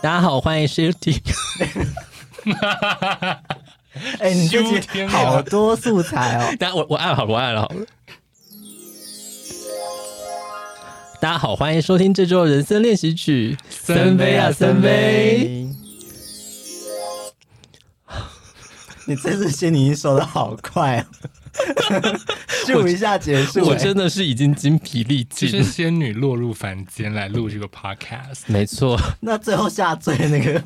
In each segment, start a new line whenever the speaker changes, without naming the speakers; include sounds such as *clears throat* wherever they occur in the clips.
大家好，欢迎收听。 *laughs* 哎、你这
修
集
天
好
了
多素材哦。大家我我按好了，我按了好了。大家好，欢迎收听这周的人生练习曲。
森
杯啊森杯！
*laughs* 你这次心理收的好快哦， *laughs* 咻一下结束、
我
欸
真的是已经精疲力
这是
尽。
仙女落入凡间来录这个 podcast，
*laughs* 没错，
那最后下坠那个，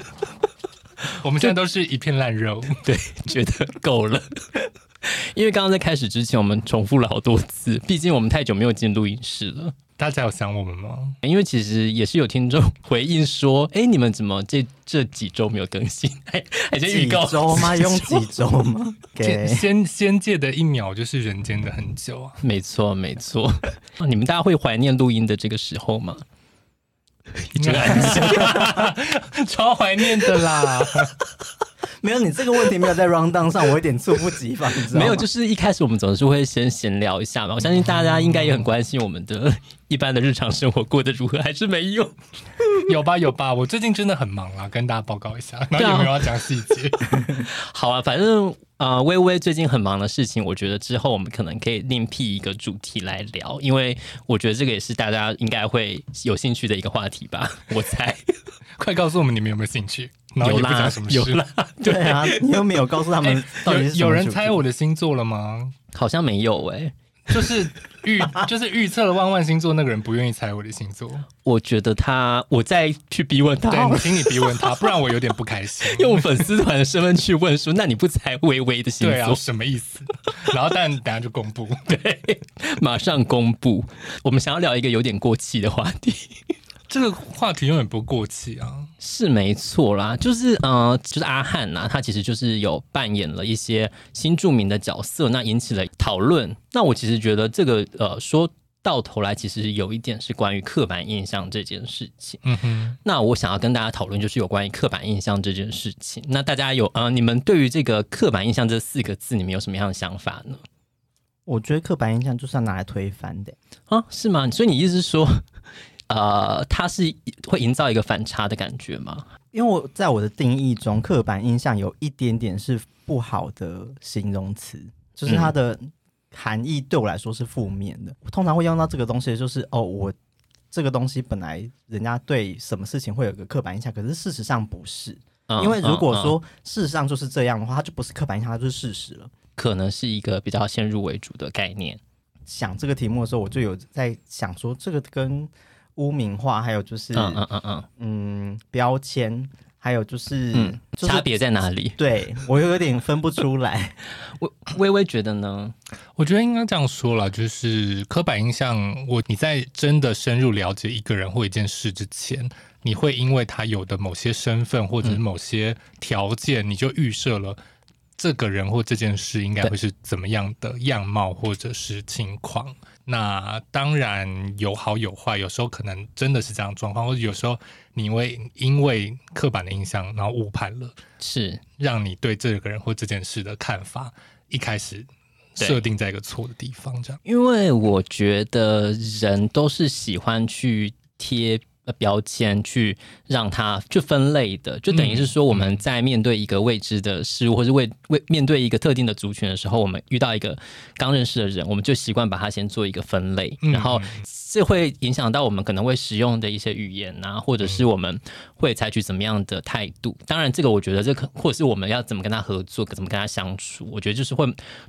我们现在都是一片烂肉。
对，觉得够了。 *laughs* 因为刚刚在开始之前，我们重复了好多次，毕竟我们太久没有进录音室了。
大家有想我们吗？
因为其实也是有听众回应说，哎，你们怎么这这几周没有更新？还还在预
几
告 *laughs*
周吗？用几周吗？给
仙仙仙界的一秒就是人间的很久啊！
没错，没错。 *laughs* 哦你们大家会怀念录音的这个时候吗？这个安静，
超哦怀念
*laughs*
的啦。
没有你这个问题没有在 round down 上，我有点猝不及防，你知道吗？
没有，就是是一开始我们总是会先闲聊一下嘛。我相信大
嗯
家应该也很关心我们的一般的日常生活过得如何，还是没有。
*laughs* 有吧有吧，我最近真的很忙啦，跟大家报告一下。然后有没有要讲细节？
*laughs* 好啊，反正呃，微微最近很忙的事情，我觉得之后我们可能可以另辟一个主题来聊，因为我觉得这个也是大家应该会有兴趣的一个话题吧， *laughs* 我猜。
快告诉我们你们有没有兴趣？然后
有
也不
啦
讲什么，
有
事
啦。，
对啊，你又没有告诉他
哎
们到
有
底是什么
有人
主题
猜我的星座了吗？
好像没有哎诶、
就是预就是预测了万万星座那个人不愿意猜我的星座，
我觉得他，我再去逼问他好
对，
了
你，请你逼问他，不然我有点不开心。 *laughs*
用粉丝团的身份去问说，那你不猜微微的星
对啊，
座？
什么意思？然后但等下就公布，
马上公布。我们想要聊一个有点过气的话题。 *laughs*
这个话题永远不过气啊！
是没错啦，就是呃，就是阿汉呐、他其实就是有扮演了一些新著名的角色，那引起了讨论。那我其实觉得这个呃，说到头来，其实有一点是关于刻板印象这件事情。
嗯哼，
那我想要跟大家讨论，就是有关于刻板印象这件事情。那大家有呃，你们对于这个刻板印象这四个字，你们有什么样的想法呢？
我觉得刻板印象就是要拿来推翻的、
啊，是吗？所以你意思是说， *laughs* 呃，它是会营造一个反差的感觉吗？
因为我在我的定义中，刻板印象有一点点是不好的形容词，就是它的含义对我来说是负面的。我通常会用到这个东西，就是哦，我这个东西本来人家对什么事情会有个刻板印象，可是事实上不是。
嗯
因为如果
嗯嗯
说事实上就是这样的话，它就不是刻板印象，它就是事实了。
嗯可能是一个比较先入为主的概念。
想这个题目的时候，我就有在想说，这个跟污名化，还有就是
嗯嗯嗯嗯，
嗯标签，还有就是、
嗯
就是
差别在哪里？
对我有点分不出来。
微微微觉得呢？
我觉得应该这样说啦，就是刻板印象，我你在真的深入了解一个人或一件事之前，你会因为他有的某些身份或者是某些条件，你就预设了。这个人或这件事应该会是怎么样的样貌或者是情况？那当然有好有坏，有时候可能真的是这样的状况，或者有时候你因为因为刻板的印象，然后误判了，
是
让你对这个人或这件事的看法一开始
对
设定在一个错的地方，这样。
因为我觉得人都是喜欢去贴。呃标签去让它去分类的，就等于是说我们在面对一个未知的事物，或是为为面对一个特定的族群的时候，我们遇到一个刚认识的人，我们就习惯把它先做一个分类，
嗯
然后这会影响到我们可能会使用的一些语言啊，或者是我们会采取怎么样的态度。当然，这个我觉得这可或者是我们要怎么跟他合作，怎么跟他相处，我觉得就是会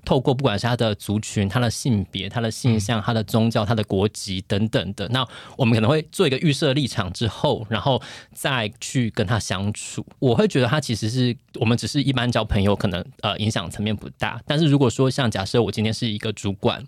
透过不管是他的族群、他的性别、他的性向、他的宗教、他的国籍等等的，那我们可能会做一个预设立场之后，然后再去跟他相处。我会觉得他其实是我们只是一般交朋友，可能呃影响层面不大。但是如果说像假设我今天是一个主管，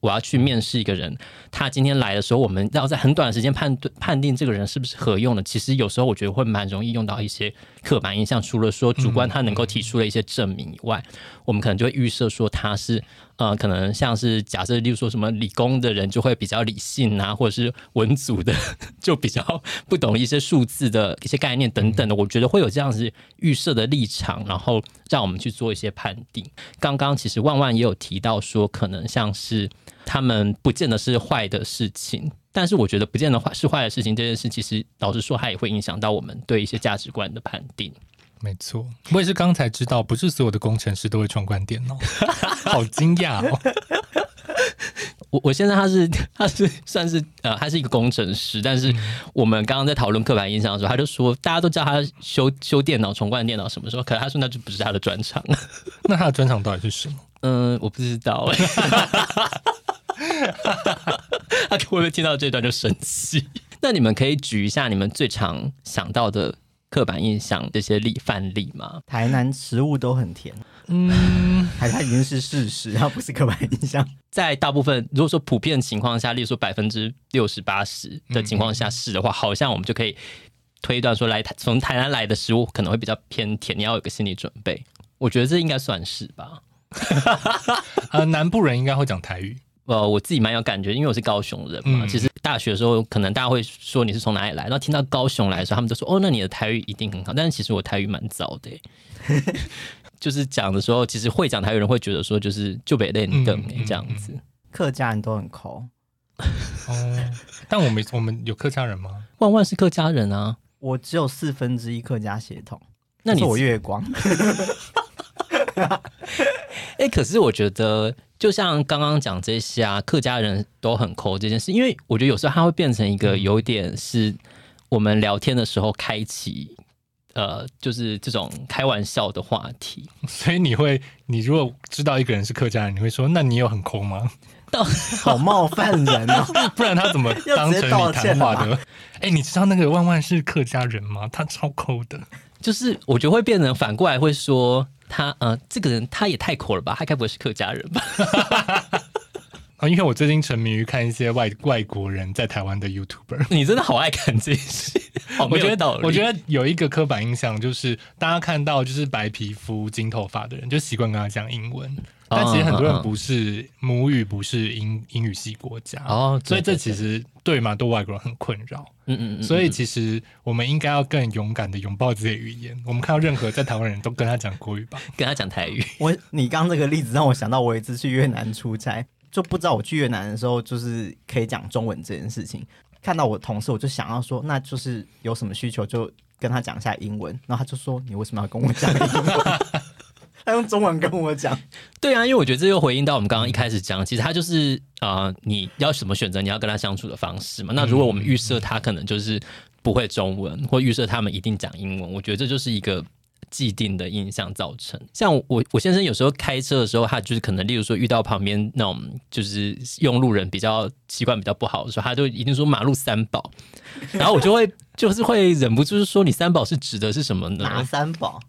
我要去面试一个人，他今天来的时候，我们要在很短的时间判断判定这个人是不是合用的。其实有时候我觉得会蛮容易用到一些刻板印象，除了说主观他能够提出了一些证明以外，我们可能就会预设说他是呃，可能像是假设，例如说什么理工的人就会比较理性啊，或者是文组的就比较不懂一些数字的一些概念等等的。我觉得会有这样子预设的立场，然后让我们去做一些判定。刚刚其实万万也有提到说，可能像是他们不见得是坏的事情，但是我觉得不见得坏是坏的事情，这件事其实老实说，它也会影响到我们对一些价值观的判定。
没错，我也是刚才知道，不是所有的工程师都会闯
*laughs*
关电脑，好惊讶哦！
我我现在他是他是算是呃，他是一个工程师，但是我们刚刚在讨论刻板印象的时候，他就说大家都叫他修修电脑、重灌电脑什么时候，可是他说那就不是他的专长。
那他的专长到底是什么？
嗯，我不知道哎、 *laughs* 他会不会听到这段就生气？ *laughs* 那你们可以举一下你们最常想到的刻板印象这些例范例吗？
台南食物都很甜，
嗯，
还它已经是事实，它不是刻板印象。
在大部分如果说普遍情况下，例如说百分之六十八十的情况下是的话，好像我们就可以推断说来台从台南来的食物可能会比较偏甜，你要有个心理准备。我觉得这应该算是吧。
*laughs* 呃，南部人应该会讲台语，
呃，我自己蛮有感觉，因为我是高雄人嘛。
嗯
其实大学的时候，可能大家会说你是从哪里来，然后听到高雄来的时候，他们都说哦，那你的台语一定很好。但是其实我台语蛮糟的、欸，
*laughs*
就是讲的时候，其实会讲台语人会觉得说，就是就北练更、欸
嗯嗯嗯
这样子。
客家人都很抠，
哦，但我们我们有客家人吗？
万万是客家人啊，
我只有四分之一客家血统，
那
可
你
是我月光，
哎、可是我觉得，就像刚刚讲这些啊，客家人都很抠这件事，因为我觉得有时候它会变成一个
嗯
有点是我们聊天的时候开启，呃，就是这种开玩笑的话题。
所以你会，你如果知道一个人是客家人，你会说，那你有很抠吗？ *laughs*
好冒犯人哦。 *laughs*
不然他怎么
要
当
直
成
接
你
道歉
谈话
了
的？哎、你知道那个万万是客家人吗？他超抠的。
就是我觉得会变成反过来会说他呃，这个人他也太抠了吧，他该不会是客家人吧？
啊，因为我最近沉迷于看一些外外国人在台湾的 YouTuber，
你真的好爱看这些，好
我
*laughs* 没
觉
有
得
道理。
我觉得有一个刻板印象就是，大家看到就是白皮肤、金头发的人，就习惯跟他讲英文，
嗯
但其实很多人不是母语，不是英英语系国家，
哦，
所以
对
这其实对蛮多外国人很困扰。
对嗯嗯嗯，
所以其实我们应该要更勇敢的拥抱自己的语言。我们看到任何在台湾人都跟他讲
*laughs*
国语吧。
跟他讲台语，
我你刚刚这个例子让我想到，我有一次去越南出差，就不知道我去越南的时候就是可以讲中文这件事情。看到我同事，我就想要说，那就是有什么需求就跟他讲一下英文。然后他就说：“你为什么要跟我讲英文？” *laughs* 他用中文跟我讲，
对啊，因为我觉得这又回应到我们刚刚一开始讲，其实他就是呃，你要怎么选择你要跟他相处的方式嘛。那如果我们预设他可能就是不会中文，或预设他们一定讲英文，我觉得这就是一个。既定的印象造成，像我我先生有时候开车的时候，他就是可能，例如说遇到旁边那种就是用路人比较习惯比较不好的时候，他就一定说马路三宝，然后我就会就是会忍不住说你三宝是指的是什么
哪
呢？
三宝？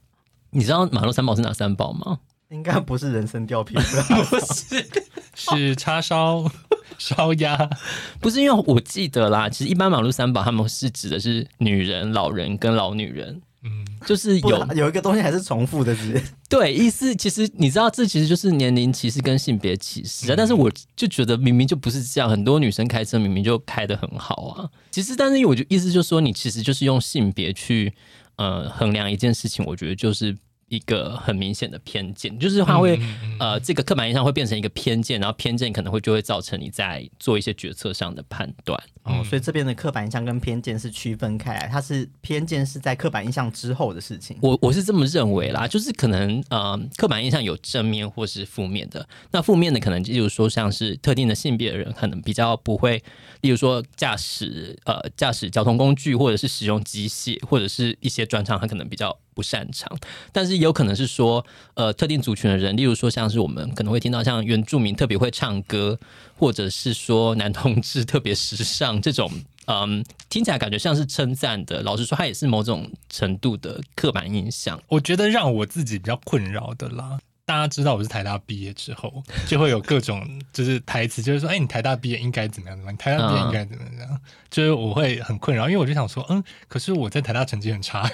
你知道马路三宝是哪三宝吗？
应该不是人参
*laughs*
貂皮，
不是，
是叉烧、 *laughs* 烧鸭，
不是因为我记得啦，其实一般马路三宝他们是指的是女人、老人跟老女人，
嗯，
就是
不
有
有一个东西还是啊重复的，只是
对意思。其实你知道，这其实就是年龄歧视跟性别歧视啊。但是我就觉得明明就不是这样，很多女生开车明明就开得很好啊。其实，但是我就意思就是说，你其实就是用性别去呃衡量一件事情，我觉得就是。一个很明显的偏见，就是它会、呃，这个刻板印象会变成一个偏见，然后偏见可能会就会造成你在做一些决策上的判断。
哦，所以这边的刻板印象跟偏见是区分开来，它是偏见是在刻板印象之后的事情。
我我是这么认为啦，就是可能呃，刻板印象有正面或是负面的。那负面的可能，例如说像是特定的性别的人，可能比较不会，例如说驾驶呃驾驶交通工具，或者是使用机械，或者是一些专长，他可能比较不擅长。但是也有可能是说，呃，特定族群的人，例如说像是我们可能会听到像原住民特别会唱歌，或者是说男同志特别时尚这种，嗯，听起来感觉像是称赞的。老实说，它也是某种程度的刻板印象。
我觉得让我自己比较困扰的啦。大家知道我是台大毕业之后，就会有各种就是台词，就是说，哎、你台大毕业应该怎么样怎么样，你台大毕业应该怎么样怎么样，就是我会很困扰，因为我就想说，嗯，可是我在台大成绩很差、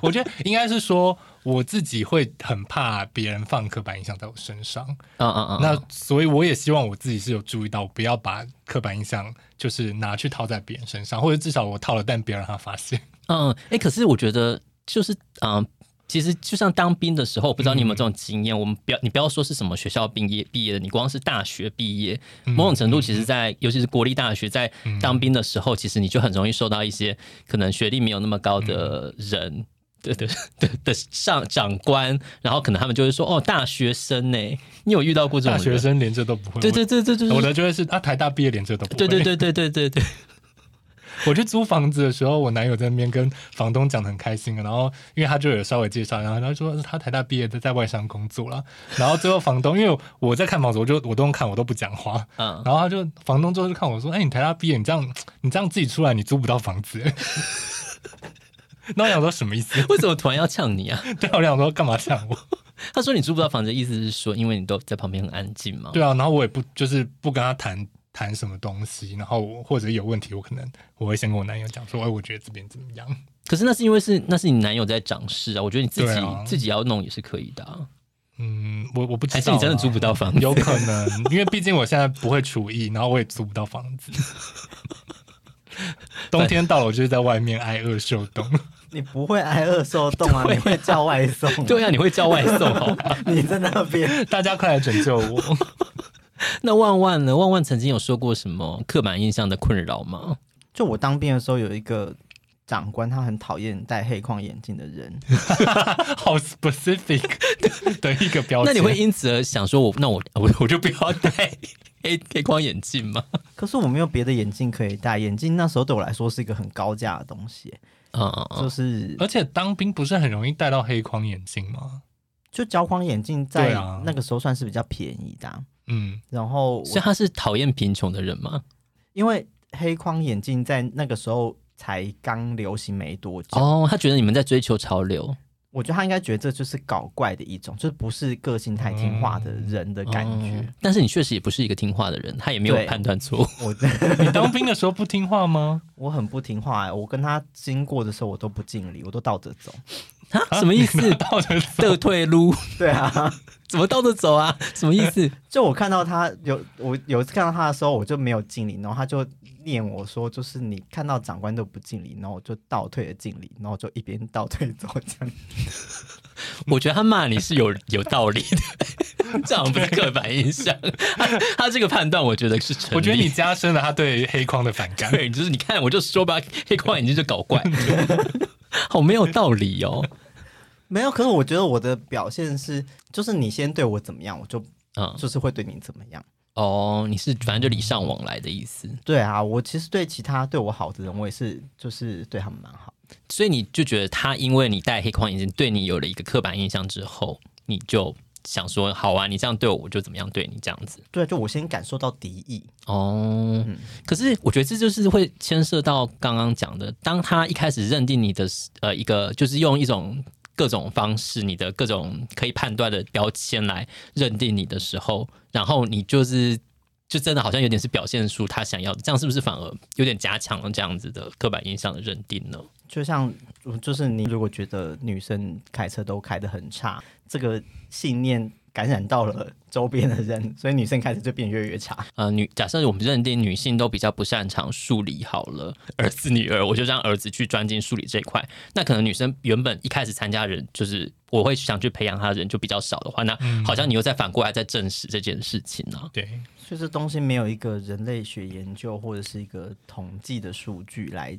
我觉得应该是说我自己会很怕别人放刻板印象在我身上，
嗯嗯嗯，
那所以我也希望我自己是有注意到，不要把刻板印象就是拿去套在别人身上，或者至少我套了，但不要让他发现。
嗯，哎、可是我觉得就是嗯。其实就像当兵的时候，我不知道你有没有这种经
嗯
验。我们不要你不要说是什么学校毕业毕业的，你光是大学毕业，
嗯
某种程度其实在，尤其是国立大学，在当兵的时候，其实你就很容易受到一些可能学历没有那么高的
嗯
人。的的的的上长官，然后可能他们就会说：“哦，大学生呢？你有遇到过这种
大
人
学？生连这都不会。
对对对对对，对
我，我的就会是啊，台大毕业连这都不
嗯
会。
对对对对对对对，
*laughs* 我去租房子的时候，我男友在那边跟房东讲的很开心，然后因为他就有稍微介绍，然后他说他台大毕业的，在外商工作了，然后最后房东因为我在看房子，我就我都看我都不讲话，
嗯，
*laughs* 然后他就房东最后就看我说，哎、你台大毕业，你这样你这样自己出来，你租不到房子。欸 *laughs* 那我想说什么意思？ *laughs*
为什么突然要呛你啊？
对啊，我想说干嘛呛我？
他说你租不到房子，意思是说因为你都在旁边很安静嘛。
对啊，然后我也不就是不跟他谈谈什么东西，然后我或者有问题，我可能我会先跟我男友讲说，哎，我觉得这边怎么样？
可是那是因为是那是你男友在掌事啊，我觉得你自己、
对啊
自己要弄也是可以的、啊，
嗯，我我不知
还
道啦，
是你真的租不到房子？
有可能，因为毕竟我现在不会厨艺，然后我也租不到房
*laughs*
子。冬天到了，我就是在外面挨饿受冻。
你不会挨饿受冻
*laughs*
啊，你会叫外送。
对啊，你会叫外送哦。 *laughs*
你在那边，
大家快来拯救我！
那万万呢？万万曾经有说过什么刻板印象的困扰吗？
*laughs* 就我当兵的时候有一个长官，他很讨厌戴黑框眼镜
*laughs*
的人，
好 specific 的一个标签。
那你会因此而想说我，那我我我就不要戴黑黑框眼镜吗？
可是我没有别的眼镜可以戴，眼镜那时候对我来说是一个很高价的东西，
嗯嗯嗯，
就是
而且当兵不是很容易戴到黑框眼镜吗？
就胶框眼镜
对
在
啊
那个时候算是比较便宜的啊、
嗯，
然后我
所以他是讨厌贫穷的人吗？
因为黑框眼镜在那个时候才刚流行没多久，
哦，他觉得你们在追求潮流，
我觉得他应该觉得这就是搞怪的一种，就是不是个性太听话的人的感觉。
哦但是你确实也不是一个听话的人，他也没有
对
判断错误。
我 *laughs*
你当兵的时候不听话吗？
我很不听话、欸我跟他经过的时候我都不敬礼，我都倒着走。
啊 *laughs* *laughs* 什么意思？
*laughs* 到
*laughs*
底是
的退路
对啊，
怎么倒着走 *laughs* 啊？什么意思？
就我看到他有我有一次看到他的时候，我就没有敬礼，然后他就念我说，就是你看到长官都不敬礼，然后我就倒退的敬礼，然后我就一边倒退走这样。
我觉得他骂你是有有道理的， *laughs* 这好像不是刻板印象。他他这个判断，我觉得是成立。
我觉得你加深了他对黑框的反感。
对，就是你看，我就说吧，黑框眼镜就搞怪， *laughs* 好没有道理 *laughs* 哦。
没有，可是我觉得我的表现是，就是你先对我怎么样，我就
嗯，
就是会对你怎么样。
哦，你是反正就礼尚往来的意思，
对啊，我其实对其他对我好的人，我也是就是对他们蛮好。
所以你就觉得他因为你戴黑框眼镜对你有了一个刻板印象之后，你就想说，好啊，你这样对我，我就怎么样对你这样子。
对，就我先感受到敌意。
哦，可是我觉得这就是会牵涉到刚刚讲的，当他一开始认定你的呃一个，就是用一种各种方式，你的各种可以判断的标签来认定你的时候，然后你就是就真的好像有点是表现出他想要的，这样是不是反而有点加强了这样子的刻板印象的认定呢？
就像，嗯就是你如果觉得女生开车都开得很差，这个信念感染到了 *laughs* 周边的人，所以女生开始就变越来越差。
呃，女假设我们认定女性都比较不擅长数理好了，儿子女儿，我就让儿子去专精数理这一块。那可能女生原本一开始参加的人，就是我会想去培养她的人就比较少的话，那好像你又再反过来再证实这件事情呢、
对，
所以这东西没有一个人类学研究或者是一个统计的数据来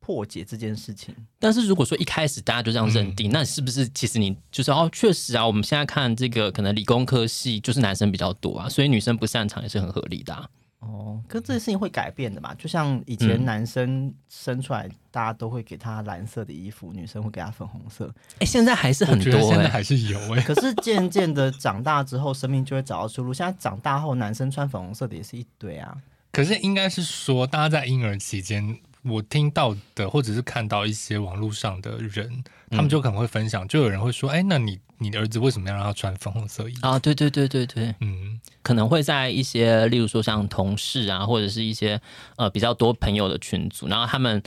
破解这件事情。
但是如果说一开始大家就这样认定，那是不是其实你就是哦，确实啊，我们现在看这个可能理工科系就是男生比较多啊，所以女生不擅长也是很合理的、啊。
哦，可是这件事情会改变的嘛？就像以前
嗯
男生生出来，大家都会给他蓝色的衣服，女生会给他粉红色。
哎，现在还是很
我觉得
多
现
哎、
在还是有哎、
可是渐渐的长大之后，生命就会找到出路。现在长大后，男生穿粉红色的也是一堆啊。
可是应该是说，大家在婴儿期间，我听到的或者是看到一些网络上的人，他们就可能会分享，就有人会说：“哎、那你你的儿子为什么要让他穿粉红色衣服
啊，对对对对对。？”
嗯，
可能会在一些，例如说像同事啊，或者是一些呃比较多朋友的群组，然后他们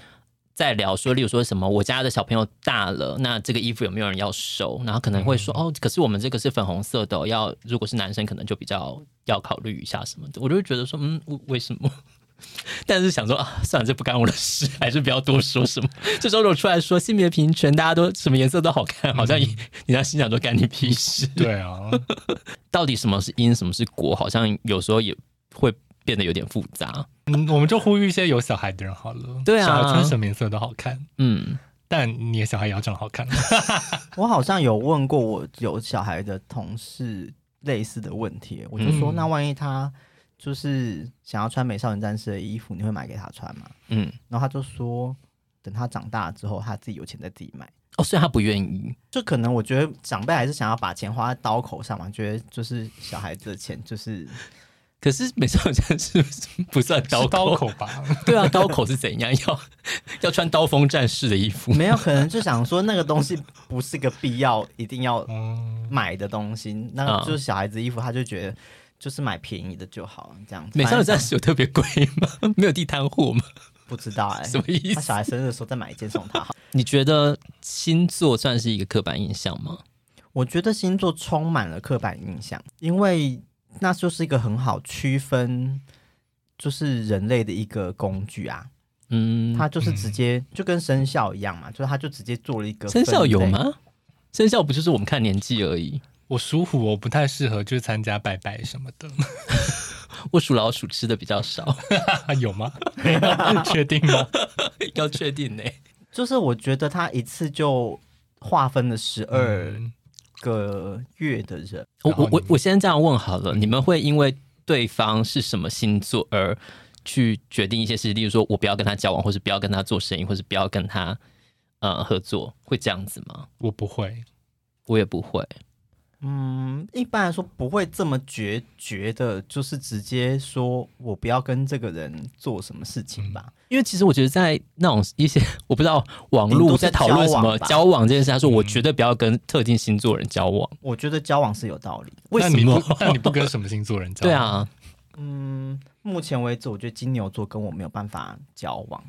在聊说，例如说什么我家的小朋友大了，那这个衣服有没有人要收？然后可能会说、哦，可是我们这个是粉红色的哦、要如果是男生可能就比较要考虑一下什么的。我就会觉得说，嗯，为为什么？ *laughs* 但是想说啊，算了，这不干我的事，还是不要多说什么。 *laughs* 这时候如果出来说性别平权，大家都什么颜色都好看，好像你人家心想说干你屁事。
对啊，
到底什么是因，什么是果，好像有时候也会变得有点复杂。
嗯，我们就呼吁一些有小孩的人好了。嗯
对啊
小孩穿什么颜色都好看，
嗯，
但你的小孩也要长得好看。
我好像有问过我有小孩的同事类似的问题，我就说，
嗯
那万一他就是想要穿美少女战士的衣服，你会买给他穿吗？
嗯，
然后他就说，等他长大之后，他自己有钱再自己买。
哦，虽然他不愿意，
就可能我觉得长辈还是想要把钱花在刀口上嘛，觉得就是小孩子的钱就是
可是美少女战士不算 *laughs* 刀
是
口，
刀口吧？
*laughs* 对啊，刀口是怎样？要要穿刀锋战士的衣服
没有，可能就想说那个东西不是个必要一定要
嗯，
买的东西，
嗯
那就是小孩子衣服，他就觉得就是买便宜的就好，这样子。
美少女战
反正
士有特别贵吗？ *laughs* 没有地摊货吗？
不知道
*laughs*
哎、
什么意
他
思？
小孩生日的时候再买一件送他好。
你觉得星座算是一个刻板印象吗？
我觉得星座充满了刻板印象，因为那就是一个很好区分，就是人类的一个工具啊。
嗯，
它就是直接、就跟生肖一样嘛，就是它就直接做了一个
生肖有
分类？
吗？生肖不就是我们看年纪而已。
我属虎，我不太适合就是参加拜拜什么的，
我属老鼠吃的比较少， *laughs*
啊有吗？确定吗？
要确定呢、
就是我觉得它一次就划分了十二
嗯
个月的人，
我
然后
我
你
我我先这样问好了，你们会因为对方是什么星座而去决定一些事情，例如说我不要跟他交往，或是不要跟他做生意，或是不要跟他呃合作，会这样子吗？
我不会，
我也不会。
嗯，一般来说不会这么决绝的，就是直接说我不要跟这个人做什么事
嗯
情吧。
因为其实我觉得在那种一些 *laughs* 我不知道网
顶
络
多是
在讨论什
交
么
往吧
交往这件事，他说我绝对不要跟特定星座人交往，
我觉得交往是有道理。
为
那
什
你
么？
不？那你不跟什么星座人交？
对，啊，
嗯，目前为止，我觉得金牛座跟我没有办法交往。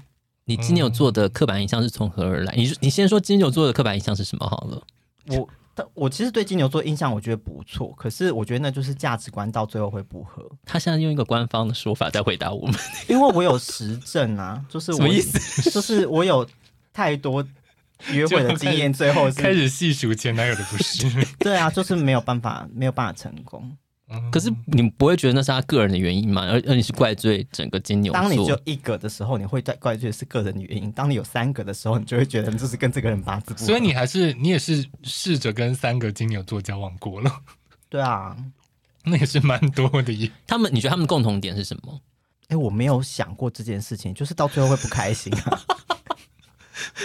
你金牛座的刻板印象是从何而来？你你先说金牛座的刻板印象是什么好了？
我但我其实对金牛座印象我觉得不错，可是我觉得那就是价值观到最后会不合，
他现在用一个官方的说法在回答我们，
因为我有实证
*laughs*
啊，就是我
什么意
思？ *laughs* 就是我有太多约会的经验，最后
*laughs* 开
是
始细数前男友的不 *laughs* 是。
对啊，就是没有办法，没有办法成功。
嗯
可是你不会觉得那是他个人的原因吗？而而你是怪罪整个金牛
当你只
座
有，一个的时候，你会怪怪罪是个人的原因；当你有三个的时候，你就会觉得就是跟这个人八字不合。
所以你还是你也是试着跟三个金牛座交往过了，
对啊，
*laughs* 那也是蛮多的耶。
他们你觉得他们的共同点是什么？
哎、我没有想过这件事情，就是到最后会不开心
*laughs*
啊。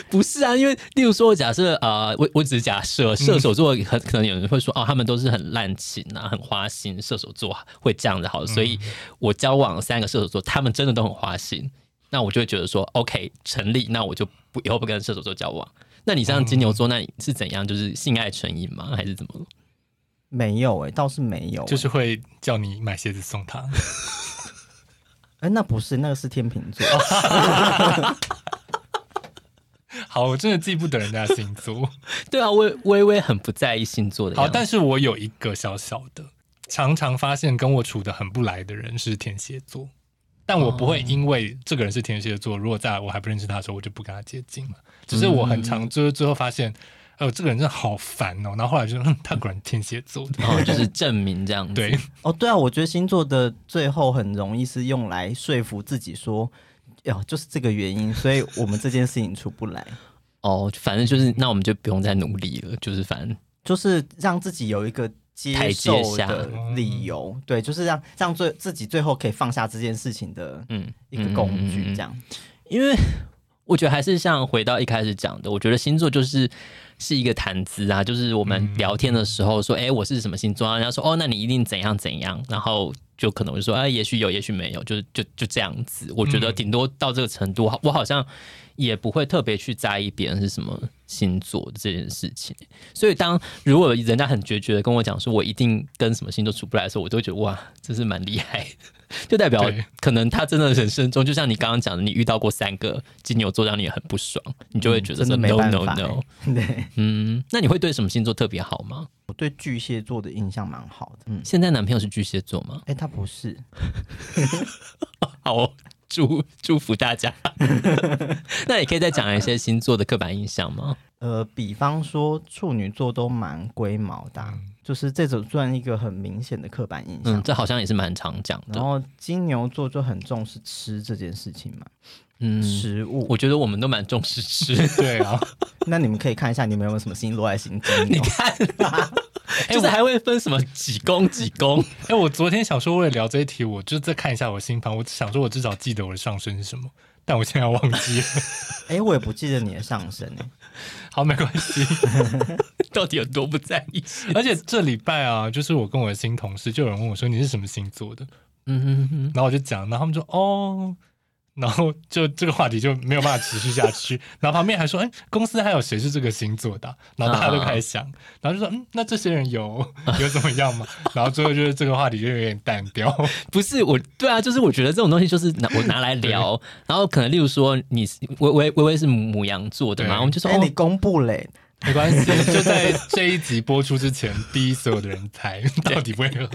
不是啊，因为例如说，假设呃，我我只是假设射手座很可能有人会说哦，他们都是很滥情啊，很花心，射手座会这样子好了，所以我交往三个射手座，他们真的都很花心，那我就会觉得说 OK 成立，那我就不以后不跟射手座交往。那你像金牛座，那你是怎样？就是性爱成瘾吗？还是怎么了？
没有哎、倒是没有、
就是会叫你买鞋子送他， *laughs*
哎、那不是，那个是天秤座。哦
好，我真的记不得人家的星 *laughs* 座。
对啊，微微微很不在意星座的样
好，
子。
但是我有一个小小的，常常发现跟我处的很不来的人是天蝎座，但我不会因为这个人是天蝎座，如果在我还不认识他的时候，我就不跟他接近了。只是我很常就是最后发现，呃，这个人真的好烦哦。然后后来就，嗯，他果然天蝎座的，
然
*laughs*
后哦就是证明这样子。
对，
哦，对啊，我觉得星座的最后很容易是用来说服自己说，哟、就是这个原因，所以我们这件事情出不来，
哦，反正就是那我们就不用再努力了，就是反正
就是让自己有一个接
台
受
阶下
的理由，对，就是让让最自己最后可以放下这件事情的
嗯
一个工具，
嗯嗯嗯嗯
这样。 *laughs*
因为我觉得还是像回到一开始讲的，我觉得星座就是是一个谈资啊，就是我们聊天的时候说，哎、我是什么星座啊？人家说，哦，那你一定怎样怎样，然后就可能会说，哎、也许有，也许没有，就是就就这样子。我觉得顶多到这个程度，我好像也不会特别去在意别人是什么星座这件事情。所以当如果人家很决绝的跟我讲说，我一定跟什么星座处不来的时候，我都会觉得哇，真是蛮厉害。就代表
对
可能他真的人生中，就像你刚刚讲的，你遇到过三个金牛座让你很不爽，你就会觉得
嗯真
说
的没
no
办
no
法、欸
no。
对，
嗯，那你会对什么星座特别好吗？
我对巨蟹座的印象蛮好的。嗯，
现在男朋友是巨蟹座吗？
哎，他不是，
*laughs* 好哦，祝祝福大家。 *laughs* 那你可以再讲一些星座的刻板印象吗？
呃，比方说处女座都蛮龟毛的啊、就是这种算一个很明显的刻板印象。
嗯，这好像也是蛮常讲
然
的。
后金牛座就很重视吃这件事情嘛，
嗯，
食物。
我觉得我们都蛮重视吃。
*laughs* 对啊，
那你们可以看一下你们有没有什么星座爱心金
你
牛？
看 *laughs* 啦，就是哎还会分什么几公几公，
哎、我昨天想说为了聊这一题，我就再看一下我星盘，我想说我至少记得我的上升是什么，但我现在忘记了。 *laughs*
哎、我也不记得你的上升哎、
好，没关系。
*laughs* 到底有多不在意？
而且这礼拜啊，就是我跟我的新同事，就有人问我说你是什么星座的，
嗯哼哼，
然后我就讲，然后他们说哦，然后就这个话题就没有办法持续下去。 *laughs* 然后旁边还说，哎，公司还有谁是这个星座的啊、然后大家都开始想，然后就说，嗯，那这些人有有怎么样吗？然后最后就是这个话题就有点淡掉。
不是我，对啊，就是我觉得这种东西就是 *laughs* 拿我拿来聊，然后可能例如说你是微微微微是母羊座的嘛，
对
我们就说
哎、你
哦，
公布嘞、
没关系，就在这一集播出之前，逼所有的人猜到底为何。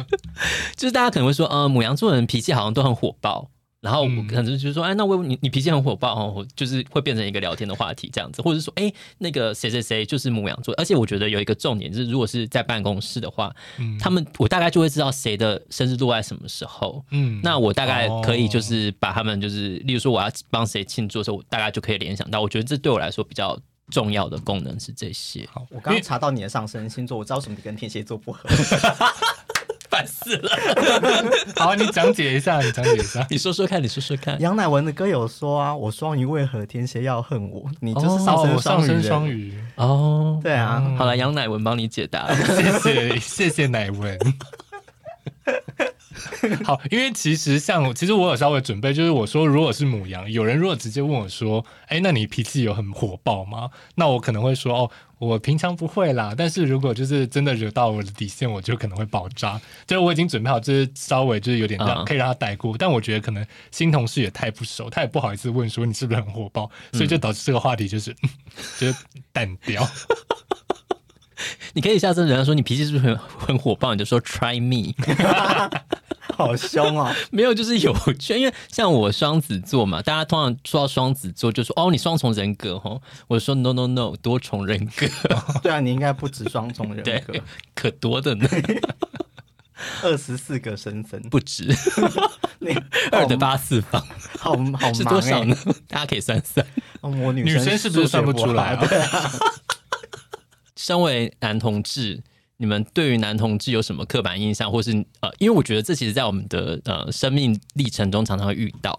就是大家可能会说，呃，母羊座的人脾气好像都很火爆。然后我
嗯
可能就是说，哎，那我你你脾气很火爆哦，就是会变成一个聊天的话题这样子，或者是说，哎，那个谁谁谁就是母羊座，而且我觉得有一个重点就是，如果是在办公室的话，
嗯
他们我大概就会知道谁的生日落在什么时候，
嗯
那我大概
哦
可以就是把他们就是，例如说我要帮谁庆祝的时候，我大概就可以联想到。我觉得这对我来说比较重要的功能是这些。
好，
我刚
因
刚
为
查到你的上升星座，我知道什么跟天蝎座不合。
烦死了！
好，你讲解一下，你讲解一
*laughs*
下。
你说说看，你说说看。
杨乃文的歌有说啊，我双鱼为何天蝎要恨我？你就
哦
是上
哦
升
我上
双鱼人、
升双鱼，
哦，
对啊，
好了，杨乃文帮你解答。
谢谢谢谢乃文。好，因为其实像我其实我有稍微准备，就是我说如果是母羊，有人如果直接问我说，哎、那你脾气有很火爆吗？那我可能会说，哦，我平常不会啦，但是如果就是真的惹到我的底线，我就可能会爆炸。就是我已经准备好，就是稍微就是有点让、
嗯
可以让他带过，但我觉得可能新同事也太不熟，他也不好意思问说你是不是很火爆，所以就导致这个话题就是嗯就是淡掉。
你可以下次人家说你脾气是不是很很火爆，你就说 try me。 *laughs*
好凶哦！
没有，就是有趣，因为像我双子座嘛，大家通常说到双子座就说哦，你双重人格哦。我说 no no no，多重人格
对啊，你应该不止双重
*laughs*
人
对
格，
可多的呢，
二十四个身份，
不止
哦你
二的八次方。
好好忙、欸、
是多少呢？ *laughs* 大家可以算算。
嗯？我女
女生是不
数
是
学
算不出来、
好
啊？
身为男同志，你们对于男同志有什么刻板印象，或是呃，因为我觉得这其实，在我们的呃生命历程中常常会遇到。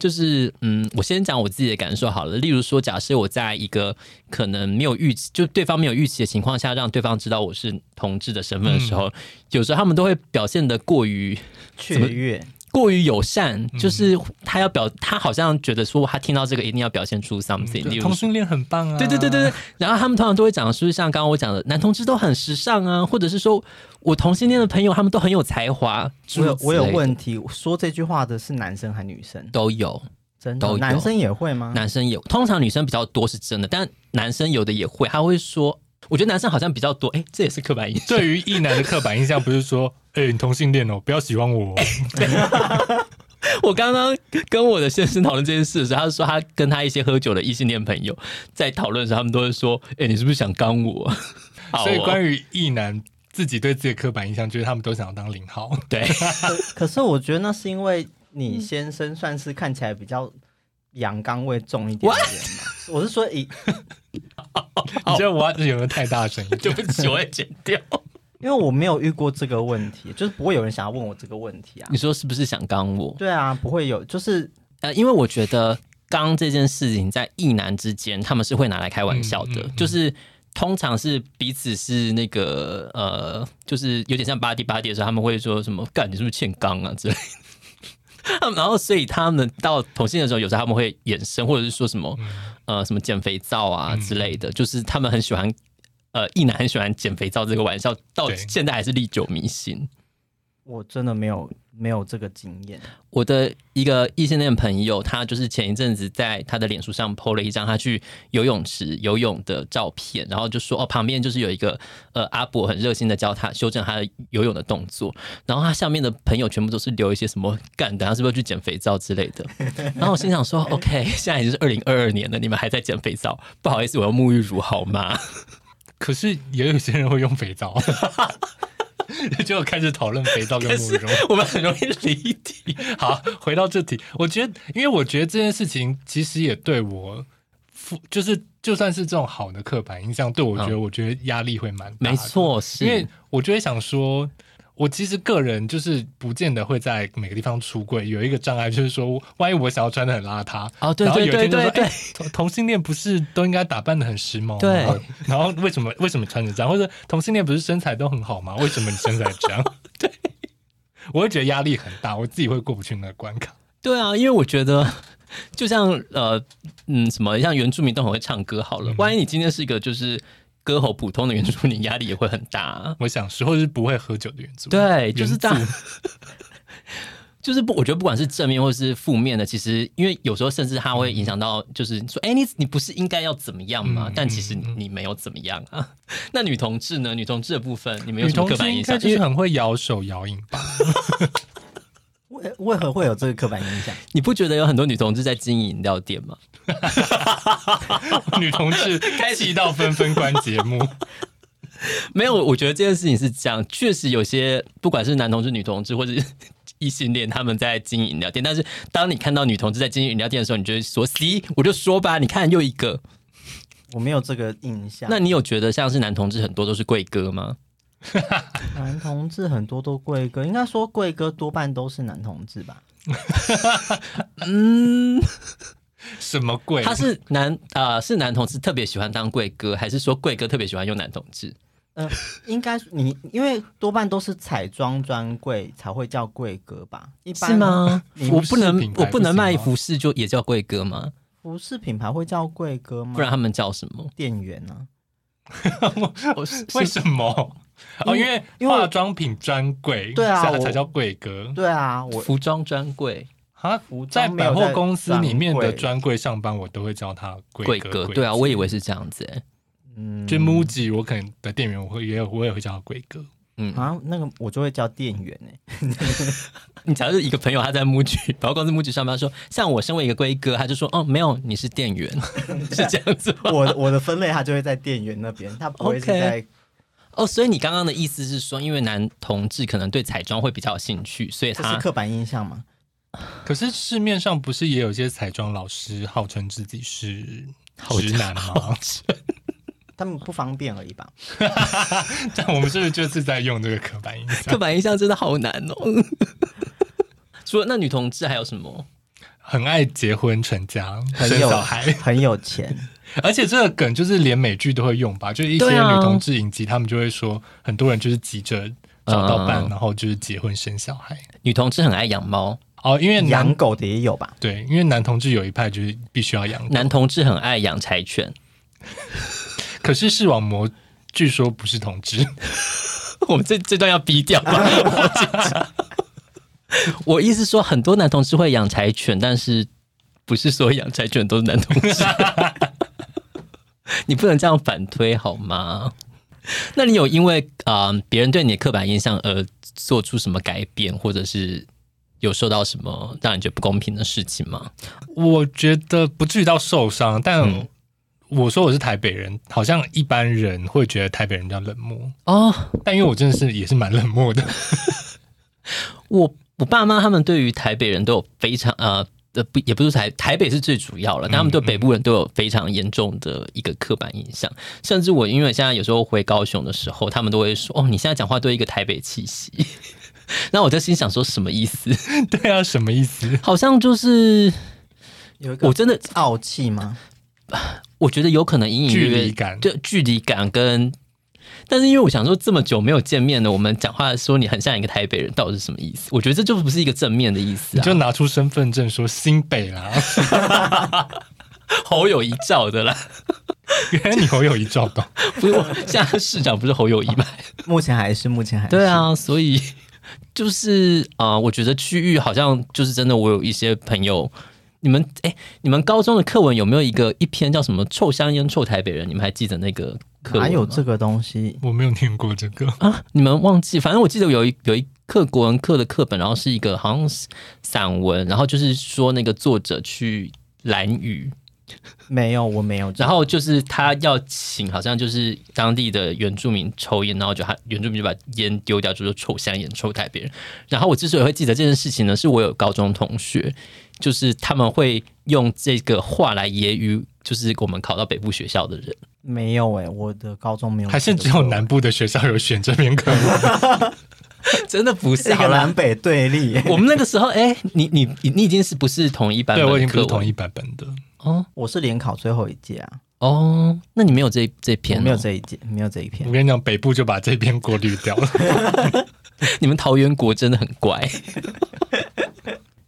就是嗯，我先讲我自己的感受好了。例如说，假设我在一个可能没有预期，就对方没有预期的情况下，让对方知道我是同志的身份的时候，有时候他们都会表现的过于
雀跃，
过于友善，就是他要表，他好像觉得说他听到这个一定要表现出 something，、
就
例如
同
说
性恋很棒啊！
对对对对对，然后他们通常都会讲，是不是像刚刚我讲的，男同志都很时尚啊，或者是说我同性恋的朋友他们都很有才华，
我有
诸
我
如
有
此类的
问题，说这句话的是男生还女生？
都有，
真
都
的，
有
男生也会吗？
男生有，通常女生比较多是真的，但男生有的也会，他会说，我觉得男生好像比较多，哎，这也是刻板印象，
*laughs* 对于异男的刻板印象不是说， *laughs* 哎、你同性恋哦，不要喜欢我哦。
*laughs* 我刚刚跟我的先生讨论这件事的时候，他说他跟他一些喝酒的异性恋朋友在讨论的时候，他们都会说，哎，你是不是想刚我？ *laughs* 好哦
所以关于异男自己对自己的刻板印象，就是他们都想要当零号。 *laughs*
对， *laughs*
可是我觉得那是因为你先生算是看起来比较阳刚味重一点的人嘛。我是说以，
你觉得我有没有太大声音？
对不起，我也剪掉。
因为我没有遇过这个问题，就是不会有人想要问我这个问题
*laughs*
啊
你。说是不是想刚我？
对啊，不会有，就是
呃，因为我觉得刚这件事情在异男之间，他们是会拿来开玩笑的，
嗯嗯嗯
就是通常是彼此是那个呃，就是有点像巴蒂巴蒂的时候，他们会说什么“干你是不是欠刚啊”之类的。 *laughs* 他们然后，所以他们到同性的时候，有时候他们会衍生，或者是说什
嗯
么，呃，什么减肥皂啊之类的，就是他们很喜欢，呃，一男很喜欢减肥皂这个玩笑，到
对
现在还是历久弥新。
我真的没有没有这个经验。
我的一个异性恋朋友，他就是前一阵子在他的脸书上 PO 了一张他去游泳池游泳的照片，然后就说哦，旁边就是有一个呃阿伯很热心的教他修正他的游泳的动作，然后他下面的朋友全部都是留一些什么干的，他是不是要去捡肥皂之类的？ *laughs* 然后我心想说，OK，现在已经是二零二二年了，你们还在捡肥皂，不好意思，我要沐浴乳好吗？
*laughs*
*laughs*
可是也有些人会用肥皂， *laughs* 就开始讨论肥皂跟
可
沐浴
是
乳。
我们很容易离题， *laughs*
好，回到这题，我觉得，因为我觉得这件事情其实也对我负，就是就算是这种好的刻板印象，对我觉得，
嗯
我觉得压力会蛮大。
没，错，是
因为我就会想说。我其实个人就是不见得会在每个地方出柜，有一个障碍就是说，万一我想要穿的很邋遢，
哦，对
然后
对
有一
对
天就说
对对
哎，同同性恋不是都应该打扮的很时髦吗？
对。
然后为什么为什么穿成这样？或者同性恋不是身材都很好吗？为什么你身材这样？ *laughs* 对，我会觉得压力很大，我自己会过不去那个关卡。
对啊，因为我觉得，就像呃嗯什么，像原住民都很会唱歌好
嗯
了，万一你今天是一个就是歌喉普通的原住民，压力也会很大啊。
我想说，或者是不会喝酒的原住民，
对，啊就是
原
这
住
样。就是不，我觉得不管是正面或是负面的，其实因为有时候甚至它会影响到，就是说，哎、你你不是应该要怎么样吗？
嗯
但其实你你没有怎么样啊。 *laughs* 那女同志呢？女同志的部分，你们有
女
什么
同
刻
志
板
应
印象
该？就是很会摇手摇影吧？ *laughs*
为为何会有这个刻板印象？
你不觉得有很多女同志在经营饮料店吗？
女同
*laughs*
志气到纷纷关节目，
没有，我觉得这件事情是这样，确实有些不管是男同志、女同志，或者是异性恋，他们在经营饮料店。但是当你看到女同志在经营饮料店的时候，你就会说 “C”，我就说吧，你看又一个。
我没有这个印象。
那你有觉得像是男同志很多都是贵哥吗？
男同志很多都贵哥，应该说贵哥多半都是男同志吧？
什么鬼？
他是男啊、是男同志特别喜欢当贵哥，还是说贵哥特别喜欢用男同志？
呃，应该你因为多半都是彩妆专柜才会叫贵哥吧？一般
是？吗？
你
我
不是
不能
品牌
我不能
不行吗
卖服饰就也叫贵哥吗？
服饰品牌会叫贵哥吗？
不然他们叫什么？
店员呢、
我是
为什么？哦，因为
因为
化妆品专柜，
对啊
所以它
我
才叫贵哥。
对啊，我
服装专柜
啊
服，
在
装没
百
有
货
在
公司里面
专
的
柜
专柜上班，我都会叫他贵
贵
哥。
哥，
贵
对啊，我以为是这样子、欸。
嗯，
就 MUJI，我可能的店员，我会也有我也会叫他贵哥。
嗯，
啊，那个我就会叫店员哎、
你假如一个朋友他在木局，然后公司木局上班说，像我身为一个龟哥，他就说，哦，没有，你是店
*laughs*
员，是这样子吗？
我的我的分类它就会在店员那边，它不会是
OK
在
哦，所以你刚刚的意思是说，因为男同志可能对彩妆会比较有兴趣，所以
这是
他
刻板印象嘛？
可是市面上不是也有一些彩妆老师号称自己是直男吗？
他们不方便而已吧？
但 *laughs* 我们是不是就是在用这个刻板印
刻
象？
板印象真的好难哦。 *laughs* 除了那女同志还有什么？
很爱结婚成家
很
生
啊
有
小孩，
很有钱，
而且这个梗就是连美剧都会用吧？就是一些
对啊
女同志影集，他们就会说，很多人就是急着找到伴，
嗯
然后就是结婚生小孩。
女同志很爱养猫，
哦，因为男
养狗的也有吧？
对，因为男同志有一派就是必须要
嗯
养狗，
男同志很爱养柴犬。
可是视网膜据说不是同志， *laughs*
*laughs* 我们这这段要逼掉 *laughs* 吧？我紧张我意思说，很多男同志会养柴犬，但是不是所有养柴犬都是男同志？ *laughs* 你不能这样反推好吗？那你有因为啊、呃别人对你的刻板印象而做出什么改变，或者是有受到什么让你觉得不公平的事情吗？
我觉得不至于到受伤，但
嗯
我说我是台北人，好像一般人会觉得台北人比较冷漠，
哦，
但因为我真的是也是蛮冷漠的， *laughs*
我我爸妈他们对于台北人都有非常呃。呃，不，也不是台台北是最主要了，但
嗯
他们对北部人都有非常严重的一个刻板印象，甚至我因为现在有时候回高雄的时候，他们都会说：“哦，你现在讲话都有一个台北气息。” *laughs* 那我在心想说什么意思？ *laughs*
对啊，什么意思？
好像就是
有一个
我真的
傲气吗？
我觉得有可能隐隐约约
距离感
对距离感跟，但是因为我想说这么久没有见面了，我们讲话说你很像一个台北人，到底是什么意思？我觉得这就不是一个正面的意思
你
啊，
就拿出身份证说新北啦，
*laughs*
*laughs*
好有一照的啦。
原来你侯友谊照到，
*laughs* 不是我，现在市长不是侯友谊吗？
目前还是目前还是
啊对，啊，所以就是啊、呃我觉得区域好像就是真的，我有一些朋友，你们哎、你们高中的课文有没有一个一篇叫什么“臭香烟臭台北人”？你们还记得那个课文吗？
哪有这个东西？
我没有听过这个，
啊？你们忘记？反正我记得有一有一课国文课的课本，然后是一个好像是散文，然后就是说那个作者去蓝屿，
没有，我没有这个。
然后就是他要请，好像就是当地的原住民抽烟，然后就他原住民就把烟丢掉，就说臭香烟臭台别人。然后我之所以会记得这件事情呢，是我有高中同学，就是他们会用这个话来揶揄，就是我们考到北部学校的人。
没有哎、我的高中没有这个
还
课
是
文，
只有南部的学校有选这篇课文？
真的不是
是一
好
个
啦
南北
*laughs*
对立。
我们那个时候，哎、你你你你已经是不是同一班
对，
本
我已经
的
不
课
是同
文
一版本的。
哦
我是联考最后一届啊，
哦，那你没有这这篇、
我
哦，
没有这一届，没有这一
嗯
篇
我。跟你讲，北部就把这篇过滤掉了。
你们桃园国真的很乖。 *laughs*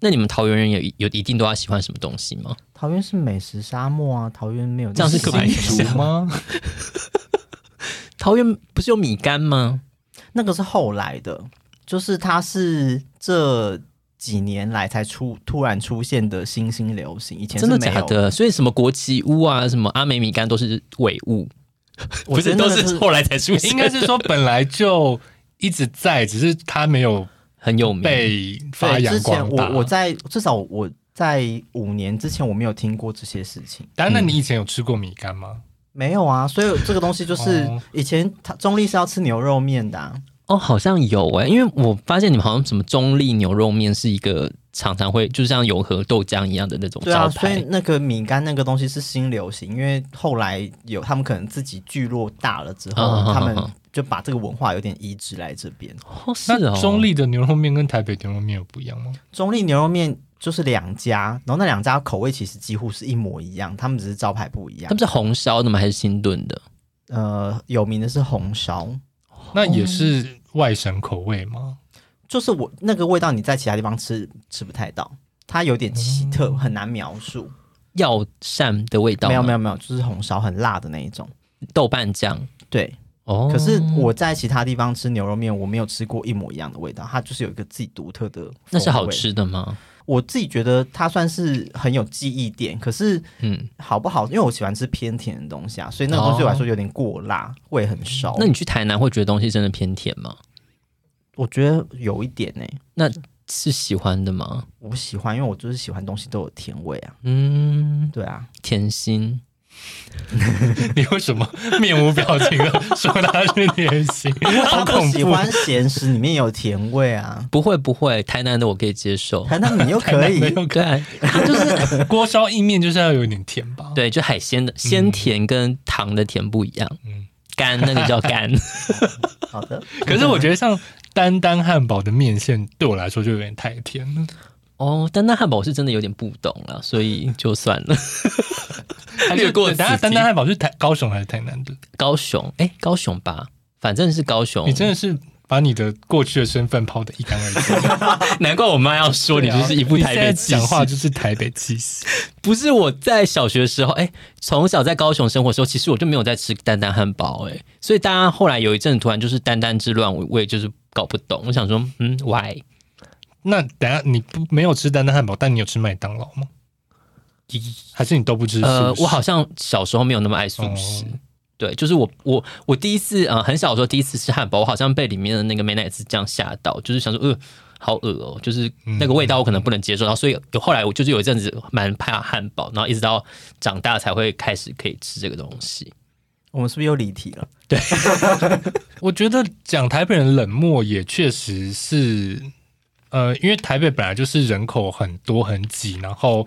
那你们桃园人有有一定都要喜欢什么东西吗？
桃园是美食沙漠啊，桃园没有
这样是刻板印
新
象
竹
吗？
桃园不是有米干吗？
那个是后来的，就是它是这几年来才出突然出现的新兴流行，以前是
真的
没有
假？的？所以什么国旗屋啊，什么阿美米干都是伪物，
我
不
觉
是
得
都
那个
是后来才出现，
*laughs* 应该是说本来就一直在，只是它没有
很有名。
被发
对，之
扬
前
光大。
我我在至少我在五年之前我没有听过这些事情，
但那你以前有吃过米干吗？
没有啊，所以这个东西就是
哦
以前他中立是要吃牛肉面的、啊，
哦，好像有哎、因为我发现你们好像什么中立牛肉面是一个常常会，就像永和豆浆一样的那种
对
招
啊，所
牌。
以那个米干那个东西是新流行，因为后来有他们可能自己聚落大了之后，
嗯嗯嗯
他
嗯
们就把这个文化有点移植来这边。
哦，是
那
哦，
中
啊
立的牛肉面跟台北牛肉面有不一样吗？
中立牛肉面就是两家，然后那两家口味其实几乎是一模一样，他们只是招牌不一
他
样
们。是红烧的吗？还是清炖的？
呃，有名的是红烧，
那也是外省口味吗？ *laughs*
就是我那个味道，你在其他地方吃吃不太到，它有点奇特，
哦
很难描述。
药膳的味道？
没有没
有，
有没有，就是红烧很辣的那一种。
豆瓣酱。
对，
哦，
可是我在其他地方吃牛肉面，我没有吃过一模一样的味道，它就是有一个自己独特的。
那是好。吃的吗？
我自己觉得它算是很有记忆点，可是
嗯，
好不好？因为我喜欢吃偏甜的东西啊，所以那个东西对我来说有点过辣，胃很烧。
那你去台南会觉得东西真的偏甜吗？
我觉得有一点呢、欸
那是喜欢的吗？
我喜欢，因为我就是喜欢东西都有甜味啊。
嗯，
对啊，
甜心。
你为什么面无表情的说它是甜心？好
我
恐
喜
怖！
欢咸食，里面有甜
*laughs*
味啊。
不会不会，台南的我可以接受。
谈到你又可以，
对，
啊就是锅烧意面，就是要有一点甜吧？
*laughs* 对，就海鲜的鲜甜跟糖的甜不一样。
嗯
干那个叫 *laughs* 干，
好的，
*laughs*
可是我觉得像丹丹汉堡的面线，对我来说就有点太甜
*laughs*
了。
哦，但那汉堡我是真的有点不懂了，所以就算了。
还是
*laughs* 略过此
等下
题
丹丹汉堡是台高雄还是台南的？
高雄，哎，高雄吧，反正是高雄。
你真的是把你的过去的身份抛得一干
*laughs*
二净。啊
难怪我妈要说啊你就是一副台北
你现在
气
讲话
息。
就是台北气息。
不是我在小学的时候，哎、从小在高雄生活的时候，其实我就没有在吃丹丹汉堡、哎，所以大家后来有一阵突然就是丹丹之乱，我我也就是搞不懂，我想说，嗯，why？
那等下你不没有吃丹丹汉堡，但你有吃麦当劳吗？还是你哦都不吃素食？
呃，我好像小时候没有那么爱素食。对，就是我我我第一次呃很小的时候第一次吃汉堡，我好像被里面的那个美乃滋酱吓到，就是想说呃好恶哦、就是那个味道我可能不能
嗯
接受，然后所以有后来我就是有一阵子蛮怕汉堡，然后一直到长大才会开始可以吃这个东西。
我们是不是又离题了？
我觉得讲台北人冷漠也确实是，呃，因为台北本来就是人口很多很挤，然后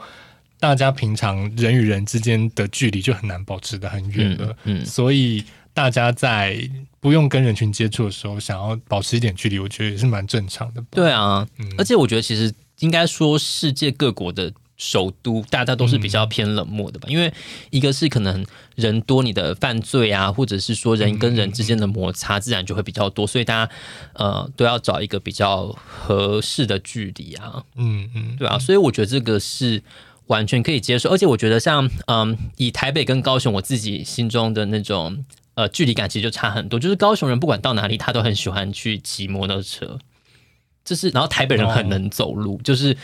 大家平常人与人之间的距离就很难保持得很远了，
嗯嗯
所以大家在不用跟人群接触的时候，想要保持一点距离，我觉得也是蛮正常的吧。
对啊，而且我觉得其实应该说世界各国的首都，大家都是比较偏冷漠的吧，因为一个是可能人多，你的犯罪啊，或者是说人跟人之间的摩擦，自然就会比较多，所以大家呃都要找一个比较合适的距离啊，
嗯嗯，
对啊，所以我觉得这个是。完全可以接受，而且我觉得像嗯，以台北跟高雄，我自己心中的那种呃距离感其实就差很多。就是高雄人不管到哪里，他都很喜欢去骑摩托车，就是然后台北人很能走路，就是。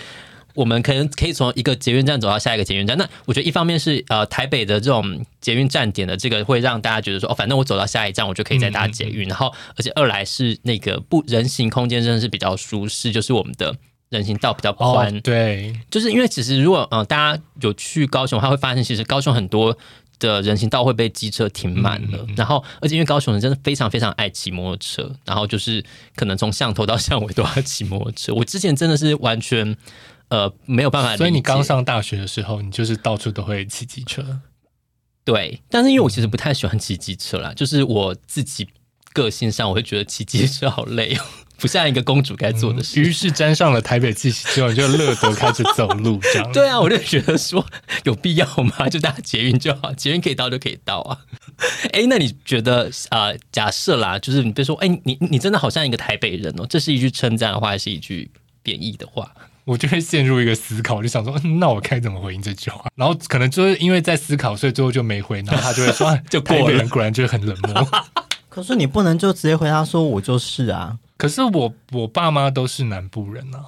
我们可能可以从一个捷运站走到下一个捷运站。那我觉得一方面是呃台北的这种捷运站点的这个会让大家觉得说哦，反正我走到下一站我就可以再搭捷运。然后而且二来是那个不人行空间真的是比较舒适，就是我们的人行道比较
哦
宽，，
对，
就是因为其实如果嗯、呃大家有去高雄的话，会发现其实高雄很多的人行道会被机车停满了。
嗯
然后，而且因为高雄人真的非常非常爱骑摩托车，然后就是可能从巷头到巷尾都要骑摩托车。我之前真的是完全呃没有办法理解，
所以你刚上大学的时候，你就是到处都会骑机车。
对，但是因为我其实不太喜欢骑机车啦，就是我自己个性上我会觉得骑机车好累哦，不像一个公主该做的事。
嗯于是沾上了台北气息之后，你就乐得开始走路这
*laughs*
样。
对啊，我就觉得说有必要吗？ *laughs* 就大家捷运就好，捷运可以到就可以到啊。 *laughs* 哎、那你觉得呃，假设啦，就是你别说，哎、你你真的好像一个台北人哦，这是一句称赞的话，还是一句贬义的话？ *laughs*
我就会陷入一个思考，就想说，嗯那我该怎么回应这句话？然后可能就是因为在思考，所以最后就没回。然后他就会
*laughs*
说，
就过
台
了
北人果然就是很冷漠。
可是你不能就直接回答说我就是啊。
可是我我爸妈都是南部人啊，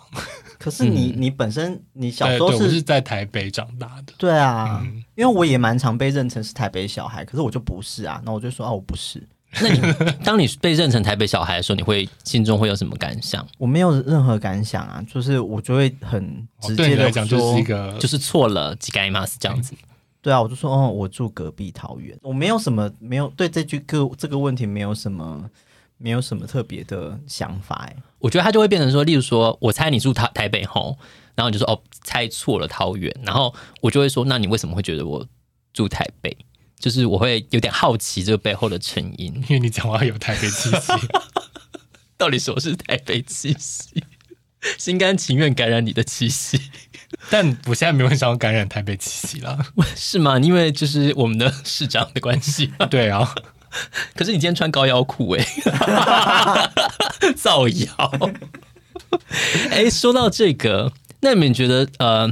可是你、你本身你小
对
时
嗯
候
对，我是
是
在台北长大的。
对啊，
嗯
因为我也蛮常被认成是台北小孩，可是我就不是啊，那我就说啊我不是，
那你当你被认成台北小孩的时候，你会心中会有什么感想？
我没有任何感想啊，就是我就会很
哦
直
对
接
你来
的
讲
说，
就是一个
就是错了几盖吗？是这样子。
对啊，我就说哦我住隔壁桃园，我没有什么没有对这句个这个问题没有什么没有什么特别的想法哎、
我觉得他就会变成说，例如说，我猜你住台台北吼，然后你就说哦，猜错了桃园，然后我就会说，那你为什么会觉得我住台北？就是我会有点好奇这个背后的成因，
因为你讲话有台北气息，
到底什么是台北气息？ *laughs* 心甘情愿感染你的气息
但我现在没有很想要感染台北气息啦。
*laughs* 是吗？因为就是我们的市长的关系，
对啊，
可是你今天穿高腰裤哎、 *laughs* 造谣。哎、说到这个，那你们觉得呃，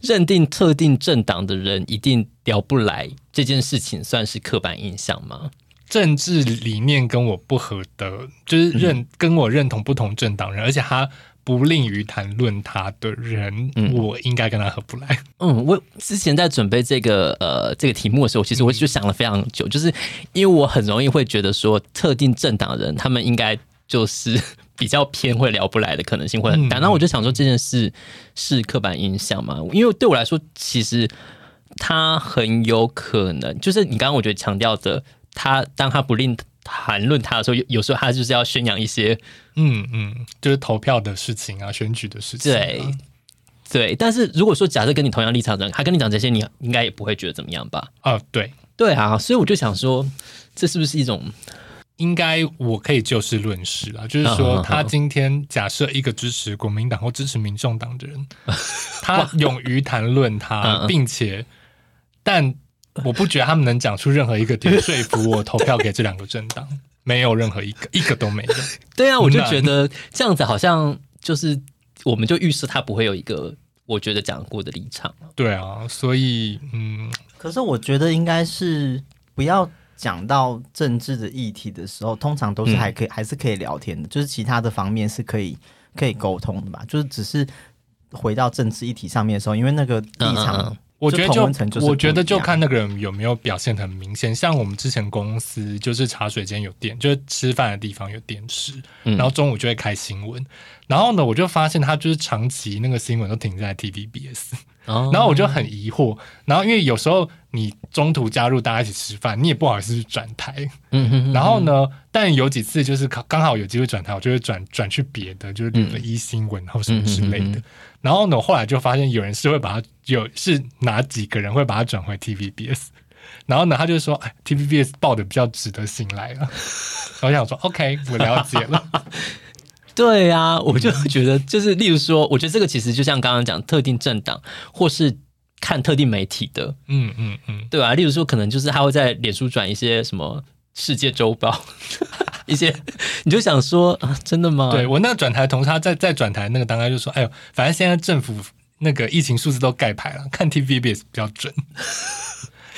认定特定政党的人一定聊不来这件事情，算是刻板印象吗？
政治理念跟我不合的，就是认、
嗯
跟我认同不同政党人，而且他不吝于谈论他的人，我应该跟他合不来。
嗯，我之前在准备这个呃这个题目的时候，其实我就想了非常久，就是因为我很容易会觉得说，特定政党人他们应该就是比较偏会聊不来的可能性会很大。
嗯
那、我就想说，这件事是刻板印象吗？因为对我来说，其实他很有可能，就是你刚刚我觉得强调的，他当他不吝谈论他的时候，有有时候他就是要宣扬一些
嗯嗯，就是投票的事情啊，选举的事情、啊。
对，对。但是如果说假设跟你同样立场的人，他跟你讲这些，你应该也不会觉得怎么样吧？
啊，对，
对啊，所以我就想说，这是不是一种
应该我可以就事论事啦，就是
嗯嗯
说，
嗯
他今天假设一个支持国民党或支持民众党的
*laughs*
人，他勇于谈论
嗯
他，
嗯
并且，但我不觉得他们能讲出任何一个点说服我投票给这两个政党，没有任何一个，一个都没有。
对啊？我就
难
觉得 *laughs* 这样子好像就是，我们就预设他不会有一个我觉得讲过的立场。
对啊，所以嗯，
可是我觉得应该是不要讲到政治的议题的时候，通常
嗯
都是还可以、还是可以聊天的，就是其他的方面是可以可以沟通的吧。就是只是回到政治议题上面的时候，因为那个立场，
嗯嗯嗯
我觉得
同温层就是不一样
我觉得就看那个人有没有表现得很明显。像我们之前公司就是茶水间有电，就是吃饭的地方有电视，
嗯
然后中午就会开新闻。然后呢，我就发现他就是长期那个新闻都停在 TVBS，
哦
然后我就很疑惑。然后因为有时候你中途加入大家一起吃饭，你也不好意思去转台。
嗯哼哼
然后呢，但有几次就是刚刚好有机会转台，我就会转转去别的，就是比如说一新闻或什么之
嗯
类
嗯嗯嗯
的
嗯。
然后呢，我后来就发现有人是会把它有是哪几个人会把它转回 TVBS，然后呢，他就说，哎，TVBS 报的比较值得信赖了。我想说，OK，我了解了。 *laughs*
对啊，我就觉得就是，例如说，我觉得这个其实就像刚刚讲特定政党或是看特定媒体的，
嗯嗯嗯，
对吧、啊例如说，可能就是他会在脸书转一些什么世界周报， *laughs* 一些你就想说啊，真的吗？
对我那个转台同事，他在在转台那个当他就说，哎呦，反正现在政府那个疫情数字都盖牌了，看 TVBS 比较准。 *laughs*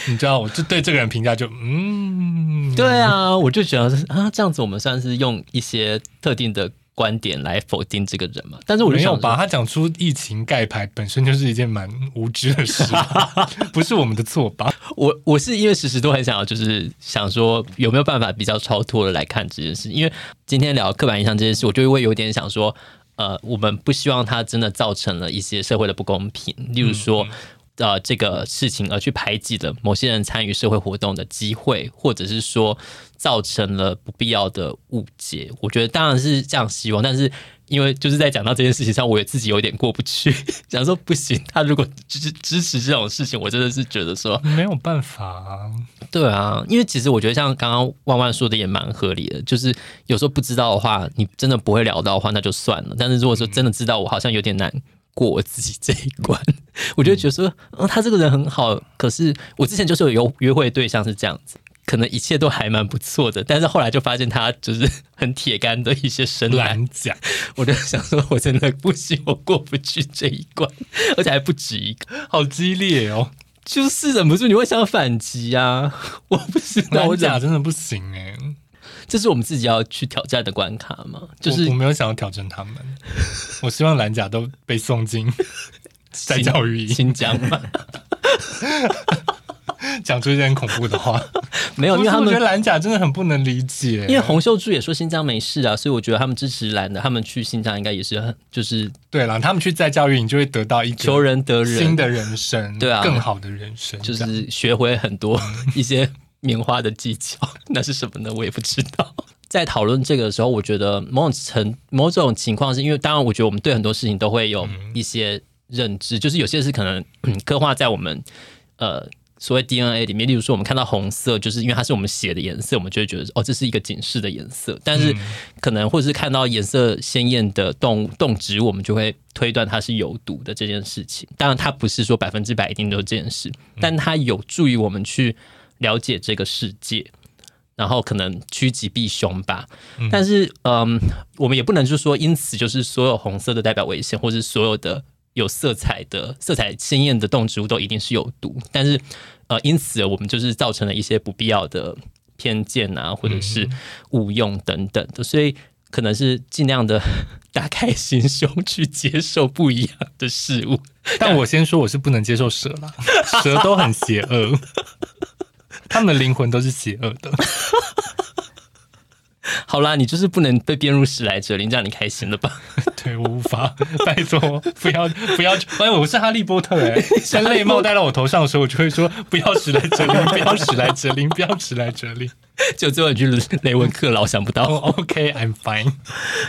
你知道，我就对这个人评价就嗯，
对啊，我就觉得啊，这样子我们算是用一些特定的观点来否定这个人嘛。但是我就
没有
想
吧？
把
他讲出疫情盖牌本身就是一件蛮无知的事，啊
*laughs*
不是我们的错吧？
我我是因为时时都很想要，就是想说有没有办法比较超脱的来看这件事。因为今天聊刻板印象这件事，我就会有点想说，呃，我们不希望它真的造成了一些社会的不公平，例如说。呃，这个事情而去排挤了某些人参与社会活动的机会，或者是说造成了不必要的误解。我觉得当然是这样希望，但是因为就是在讲到这件事情上，我也自己有点过不去， *laughs* 想说不行，他如果支支持这种事情，我真的是觉得说
没有办法、啊，
对啊，因为其实我觉得像刚刚万万说的也蛮合理的，就是有时候不知道的话，你真的不会聊到的话，那就算了。但是如果说真的知道，我好像有点难过我自己这一关，我就会觉得说，嗯，他这个人很好，可是我之前就是有约会对象是这样子。可能一切都还蛮不错的，但是后来就发现他就是很铁杆的一些深蓝，
难讲。
我就想说，我真的不行，我过不去这一关，而且还不止一个，
好激烈哦！
就是忍不住你会想反击啊！我不知道，
那
我
我
忍
假真的不行哎、
这是我们自己要去挑战的关卡吗？就是
我我没有想要挑战他们，我希望蓝甲都被送进在教育营，
*laughs* 新疆
*laughs*
吗？
讲出一些很恐怖的话。
没有，因为
不是
他
我觉
们
得蓝甲真的很不能理解，欸
因为洪秀柱也说新疆没事啊，所以我觉得他们支持蓝的，他们去新疆应该也是很就是
对啦，他们去在教育营就会得到一个
求人得人，
新的人生，
对啊
更好的人生，
就
这样
是学会很 *laughs* 多一些棉花的技巧， *laughs* 那是什么呢？我也不知道。 *laughs* 在讨论这个的时候，我觉得某种程某种情况是因为，当然，我觉得我们对很多事情都会有一些认知，就是有些是可能 *clears throat* 嗯刻画在我们呃所谓 DNA 里面。例如说，我们看到红色，就是因为它是我们血的颜色，我们就会觉得哦，这是一个警示的颜色。但是可能或者是看到颜色鲜艳的动物动植物，我们就会推断它是有毒的这件事情。当然，它不是说百分之百一定都是这件事，但它有助于我们去了解这个世界。然后可能趋吉避凶吧，但是嗯，我们也不能就说因此就是所有红色的代表危险，或是所有的有色彩的色彩鲜艳的动植物都一定是有毒。但是呃，因此我们就是造成了一些不必要的偏见啊，或者是误用等等的，所以可能是尽量的 *laughs* 打开心胸去接受不一样的事物。
但我先说，我是不能接受蛇啦，蛇都很邪恶，他们的灵魂都是邪恶的。
好啦，你就是不能被编入史莱哲林，这样你开心了吧？ *laughs*
对我无法，拜托不要不要！哎，我是哈利波特哎，在泪帽戴到我头上的时候，我就会说不要史莱哲林，不要史莱哲林，不要史莱哲林。
就最后一句雷文克劳想不到。
哦、o k i m fine。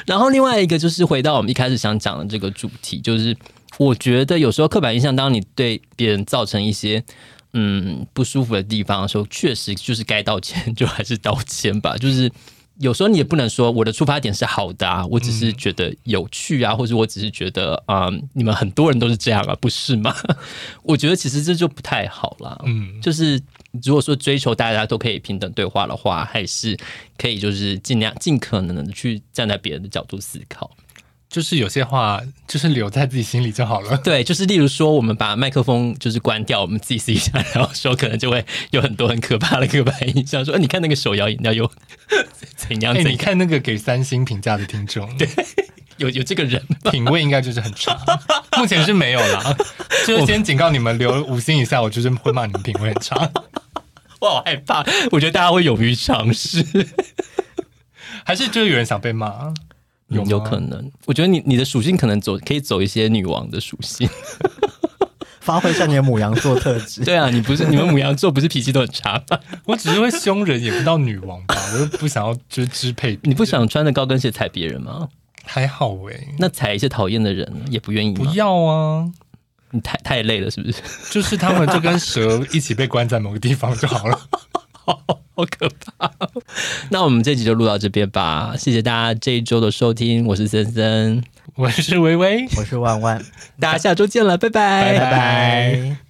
然后另外一个就是回到我们一开始想讲的这个主题，就是我觉得有时候刻板印象，当你对别人造成一些嗯不舒服的地方的时候，确实就是该道歉 *laughs* 就还是道歉吧，就是。有时候你也不能说我的出发点是好的啊，我只是觉得有趣啊，或者我只是觉得啊、嗯你们很多人都是这样啊，不是吗？ *laughs* 我觉得其实这就不太好啦。
嗯，
就是如果说追求大家都可以平等对话的话，还是可以就是尽量尽可能的去站在别人的角度思考。
就是有些话就是留在自己心里就好了。
对，就是例如说，我们把麦克风就是关掉，我们自己私底下聊的时候，可能就会有很多很可怕的刻板印象，说、呃你看那个手摇饮料有 *laughs* 怎样
哎、
怎
你
样，
看那个给三星评价的听众，
有有这个人吗
品味应该就是很差。目前是没有啦，就是先警告你们留五星以下，我就是会骂你们品味很差。
我好害怕，我觉得大家会勇于尝试，
还是就是有人想被骂，有
嗯有
吗
可能。我觉得你你的属性可能走可以走一些女王的属性。
发挥一下你的母羊座特质。 *laughs*
对啊，你不是你们母羊座不是脾气都很差吗？
我只是会凶人，也不到女王吧，我又不想要就是支配别人
*laughs* 你不嗯啊想穿着高跟鞋踩别人吗？
还好哎、
那踩一些讨厌的人也不愿意
不
吗？
要啊，
你太太累了，是不是？ *laughs*
就是他们就跟蛇一起被关在某个地方就
*laughs*
好了。
好可怕哦、那我们这集就录到这边吧，谢谢大家这一周的收听，我是森森，
我是微微，
我是万万，
大家下周见了，拜
拜
拜拜。